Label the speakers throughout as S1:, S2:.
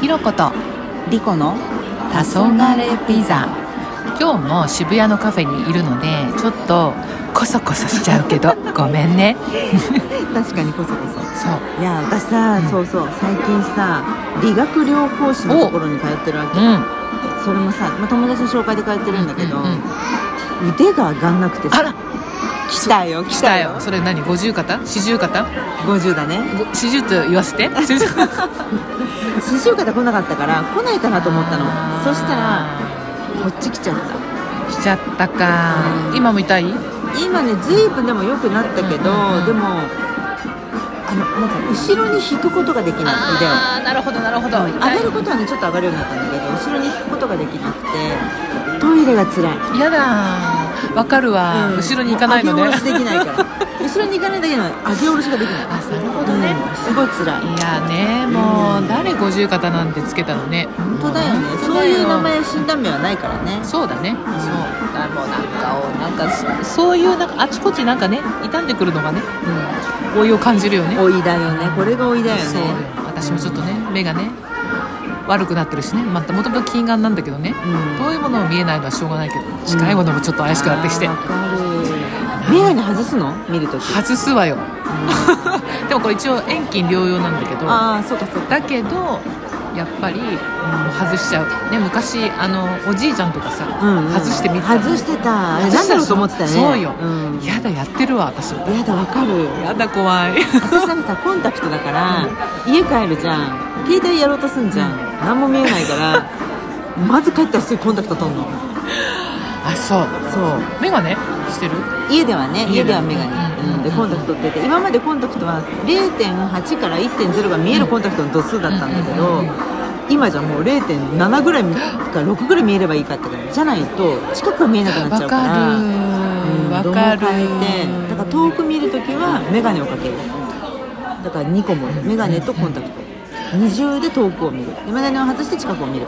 S1: ひろこと
S2: リコの
S1: 黄昏ピザ今日も渋谷のカフェにいるのでちょっとコソコソしちゃうけ どごめんね
S2: 確かにこそこそ
S1: そう
S2: いや私さ、
S1: うん
S2: そうそう最近さ理学療法士のところに通ってるわけ
S1: うん
S2: それもさ、まあ、友達の紹介で通ってるんだけど、
S1: うんうん
S2: 腕が上がんなくて
S1: あ
S2: さ
S1: ら
S2: 来たよ
S1: 来たよそれ何五十肩四十肩
S2: 50だね
S1: ご四十と言わせ て四十
S2: 四十肩来なかったから来ないかなと思ったのそしたらこっち来ちゃった
S1: 来ちゃったか
S2: うん
S1: 今も痛い
S2: 今ねずいぶんでも良くなったけど、
S1: うんうんうん
S2: でもあのなんか後ろに引くことができない腕を
S1: あーなるほどなるほど
S2: 上がることはねちょっと上がるようになったんだけど後ろに引くことができなくてトイレが辛い、
S1: やだーわかるわ、
S2: うん
S1: 後ろに行かないのね
S2: 上げ下ろしできないから後ろに行かないだけなの上げ下ろしができない
S1: あなるほどね
S2: うんすごい辛い
S1: いやねも
S2: う
S1: うん誰五十肩なんてつけたのね
S2: 本当だよねそういう名前診断名はないからね
S1: そうだね、そうだもうなんかおなんかそそういうなんかあちこちなんかね傷んでくるのがね老いを感じるよね
S2: 老いだよねこれが老いだよね
S1: そう私もちょっとね目がね悪くなってるしねまたもともと近眼なんだけどね
S2: うん
S1: 遠いものを見えないのはしょうがないけど近いものもちょっと怪しくなってきて
S2: あーわかる眼鏡外すの見るとき
S1: 外すわよでもこれ一応遠近療養なんだけ ど
S2: ああそうかそうか
S1: だけどやっぱり、うん外しちゃう、ね、昔あのおじいちゃんとかさ、
S2: うんうん
S1: 外してみてた
S2: 外してたあれ
S1: 外
S2: 何
S1: したで
S2: だろ
S1: しょ
S2: うと思ってたよね
S1: そうよ
S2: うんや
S1: やだやってるわ私
S2: だわかる
S1: やだ怖い
S2: 私なんかさコンタクトだから家帰るじゃん携帯やろうとすんじゃん何も見えないからまず帰ったらすぐコンタクト取んの
S1: あそう
S2: そう
S1: 眼鏡してる
S2: 家ではね
S1: 家で
S2: 家で
S1: は
S2: はメガ
S1: うん
S2: ネ、うん、でコンタクト取ってて今までコンタクトは0.8から1.0が見えるコンタクトの度数だったんだけ
S1: う
S2: ど
S1: ん
S2: 今じゃもう0.7ぐらいか6ぐらい見えればいいかって感じじゃないと近くが見えなくなっ
S1: わ
S2: ちゃうから
S1: か
S2: うん
S1: るわ
S2: 度を
S1: かる
S2: 変えてだから遠く見るときはメガネをかけるだから2個もメガネとコンタクト二重で遠くを見るでメガネを外して近くを見る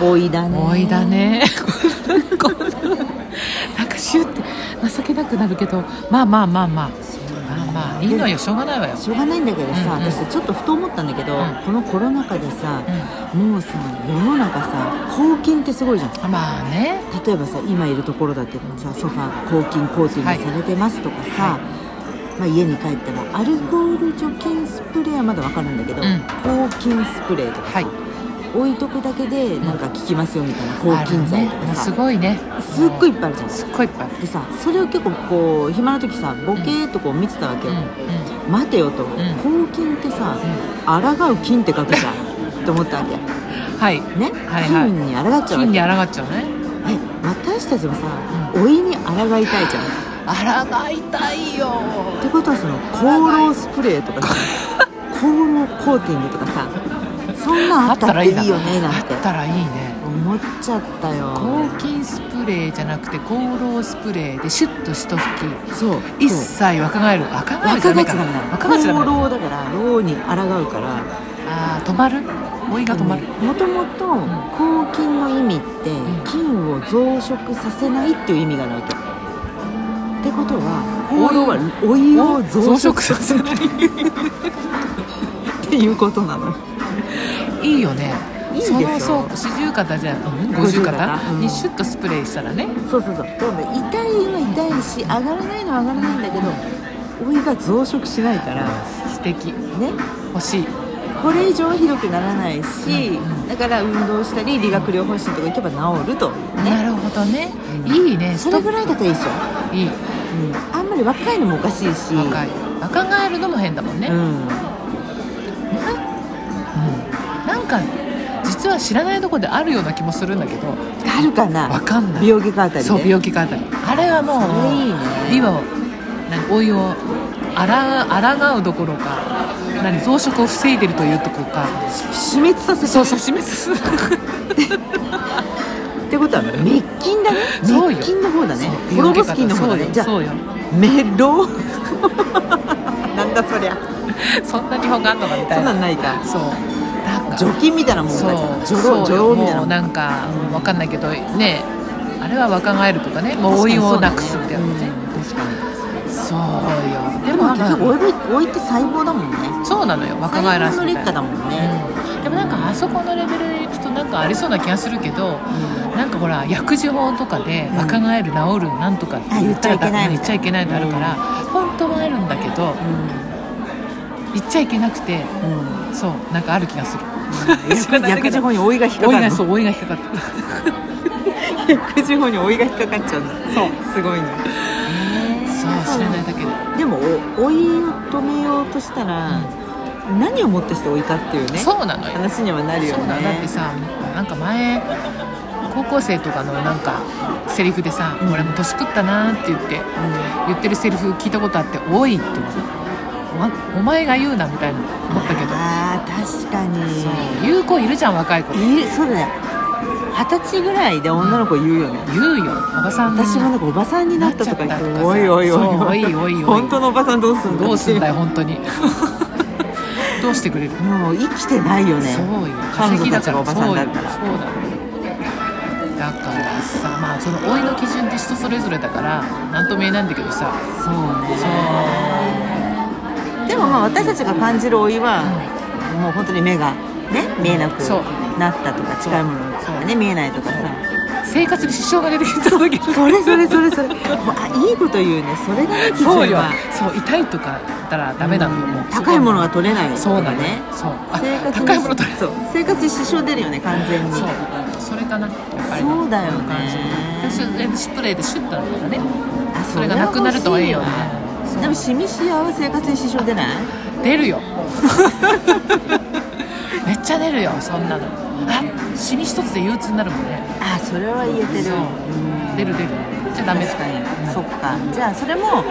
S2: 多いだね
S1: 多いだね こんななんかシュって情けなくなるけどまあまあまあまあまあまあいいのよしょうがないわよ
S2: しょうがないんだけどさ、
S1: うんうん
S2: 私ちょっとふと思ったんだけど、
S1: うん
S2: このコロナ禍でさ、もうさ世の中さ抗菌ってすごいじゃん
S1: まあね
S2: 例えばさ今いるところだってさソファー抗菌コーティングされてますとかさ、
S1: は
S2: まあ、家に帰ってもアルコール除菌スプレーはまだわかるんだけど、
S1: うん
S2: 抗菌スプレーとかさ、
S1: はい
S2: 置いとくだけでなんか効きますよみたいな抗菌剤と
S1: あるねも
S2: か
S1: うす
S2: さ、
S1: ごいね
S2: すっごいいっぱいあるじゃん
S1: すっごいいっぱいある
S2: でさそれを結構こう暇な時さボケーっとこう見てたわけ
S1: う
S2: よ、
S1: ん
S2: 待てよと、抗菌ってさ、抗う菌って書くじゃんって思ったわけ
S1: うんはい
S2: ね、
S1: はいはい
S2: 菌に抗っちゃうわ
S1: 金に
S2: け
S1: 抗っちゃうね
S2: え私たちもさ、老いに抗いたいじゃんっ
S1: 抗いたいよ
S2: てことはその香炉スプレーとかさ香炉コーティングとかさそんなんあったっていいよね
S1: あ
S2: なんて
S1: ったらいいね
S2: 思っちゃったよ
S1: 抗菌スプレーじゃなくて香炉スプレーでシュッと一吹
S2: そう
S1: き一
S2: そう
S1: 切若返る若返るじ
S2: 若
S1: ゃダメ
S2: 返っち
S1: か
S2: ゃダメなの
S1: 若返っちゃダメ
S2: 香
S1: だ
S2: 炉だから老に抗うから
S1: あー止まる老いが止まる、
S2: もともと抗菌の意味って
S1: ん
S2: 菌を増殖させないっていう意味がないと。ってことは
S1: 老い
S2: 香炉はお湯を増
S1: 増殖
S2: 殖
S1: させない
S2: っていうことなの
S1: いいよね
S2: いいでし
S1: そ
S2: ょ
S1: のそう四十肩じゃうん五十肩
S2: うん
S1: にシュッとスプレーしたらね
S2: そうそうそうでもね痛いのは痛いし上がらないのは上がらないんだけどお湯が増殖しないから
S1: 素敵
S2: ね
S1: 欲しい
S2: これ以上ひどくならないし、
S1: うんうん
S2: だから運動したり理学療法士のとか行けば治ると
S1: なるほどね
S2: うん
S1: いいね
S2: それぐらいだったらいいでしょ、
S1: いい
S2: うん、あんまり若いのもおかしいし
S1: 若い若返るのも変だもんね、
S2: うん
S1: なんか実は知らないとこであるような気もするんだけど
S2: あるかな
S1: わかんない
S2: 美容外科あたりで
S1: そう美容器あたりあれはも
S2: それいいう
S1: 美
S2: ね
S1: を何老いをあら抗うどころか何増殖を防いでるというところか
S2: 死滅させて
S1: そうそう死滅する
S2: ってことは滅菌だね
S1: そうよ
S2: 滅菌の方だね
S1: 美容
S2: 滅
S1: 器
S2: ぼす菌の方だねじゃあ
S1: そうよ
S2: メロ なんだそりゃ
S1: そうよそんな日本があんのかみた
S2: そ
S1: い
S2: んな
S1: なん
S2: ないか
S1: そうなんか
S2: 除菌みたいなもん
S1: そう
S2: か
S1: そ
S2: 除
S1: う
S2: 老除
S1: よ
S2: 老みたい
S1: も
S2: なも
S1: うんなんかわかんないけどねあれは若返るとかねもう老いをなくすみたいなね
S2: 確かにそうだね
S1: そうよで
S2: うん確かにでも結
S1: まあ
S2: 局老い老いって細胞だもんね
S1: そうなのよ若返らせ
S2: 細胞
S1: み
S2: の劣
S1: たいな
S2: 化だもんね
S1: でもなんかああそこのレベルでいくとなんかありそうな気がするけどなんかほら薬事法とかで
S2: うん
S1: 若返る治るなんとかって
S2: あ
S1: 言っちゃいけない
S2: 言
S1: 言
S2: っ
S1: っ
S2: ち
S1: ち
S2: ゃ
S1: ゃ
S2: い
S1: い
S2: け
S1: け
S2: な
S1: ないい
S2: み
S1: のあ
S2: たいな
S1: るから本当はあるんだけど言っちゃいけなくてそうなんかある気がする
S2: うん薬事法に追いが引っか
S1: 追い
S2: かる
S1: が
S2: の
S1: そう追いが引っかかった
S2: 薬事法に追いが引っかかっちゃうんだ
S1: そう
S2: すごいね
S1: そう知らないだけで
S2: でもお追いを止めようとしたら、何をもってして追いかっていうね
S1: そうなのよ
S2: 話にはなるよ
S1: そうだだっ
S2: ね
S1: てさなんか前高校生とかのなんかセリフでさ、
S2: うん
S1: 俺も年食ったなーって言って言ってるセリフ聞いたことあって「おい」って思うおお前が言うなみたいな思ったけど
S2: あー確かに
S1: そう言う子いるじゃん若い子
S2: いるそうだね二十歳ぐらいで女の子言うよね、
S1: 言うよおばさん
S2: 私もなんかおばさんになったとか言っておいおいおい
S1: そうおいおいおい
S2: 本当のおばさんどうすんだ
S1: どうすんだよ
S2: よ
S1: 本当 にどうしてくれる
S2: もう生きてないよね
S1: そうよ
S2: 彼女たちがおばさんだったら
S1: そうよそうだよだからさまあその老いの基準って人それぞれだから何とも言えないんだけどさ
S2: そ
S1: そう
S2: うねでもまあ私たちが感じる老いは、もう本当に目がね見えなく
S1: そう
S2: なったとか近いものが
S1: そ
S2: ね見えないとかさ
S1: 生活に支障が出てきた時
S2: それそれそれそれもうあいいこと言うねそれがね基準は
S1: そうよそう痛いとかだったらダメなのよもう
S2: 高いものが取れないとか
S1: そうだねそうあ
S2: 生活に
S1: 高いもの取れ
S2: そう生活に支障出るよね完全に
S1: そうそれかなやっぱり
S2: そうだよね
S1: ねスプレーでシュッとなったらね
S2: あ
S1: それがなくなるといいよね
S2: 欲しいわでもシミシアは生活に支障出ない
S1: 出 るよめっちゃ出るよそんなのあシミ一つで憂鬱になるもんね
S2: あそれは言えてる
S1: そう
S2: うん
S1: 出る出るじゃあダメ
S2: 確か
S1: うん
S2: にそっかじゃあそれも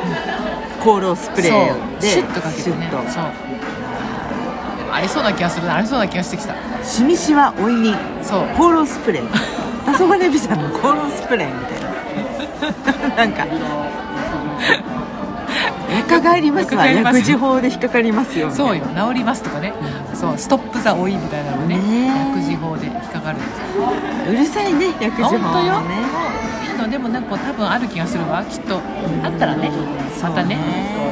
S2: 香料スプレーで
S1: そうシュッとかけてね
S2: シュッと
S1: そうありそうな気がするなありそうな気がしてきた
S2: シミシワ追いに
S1: そう
S2: 香料スプレー黄昏美さんの香料スプレーみたいな なん か若返りますわ
S1: 若返ります
S2: 薬事法で引っかかりますよみたいな
S1: そうよ治りますとかね、そうストップ・ザ・老いみたいなのね
S2: ねえ
S1: 薬事法で引っかかるんですよ
S2: うるさいね薬事法
S1: 本当よ、
S2: は
S1: も
S2: ね
S1: ういいのでもなんか多分ある気がするわきっとあったらね
S2: そ
S1: ま
S2: うね
S1: たね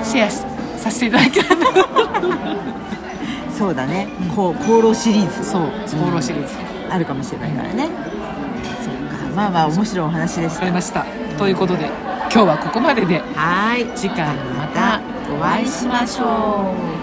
S1: シェアしさせていただきたいな
S2: そうだねこう香料シリーズ
S1: そう厚労シリーズ
S2: あるかもしれないからね、そうかまあまあ面白いお話でし
S1: わ
S2: た
S1: かりましたということで今日はここまでで
S2: はい
S1: 次回また
S2: お会いしましょう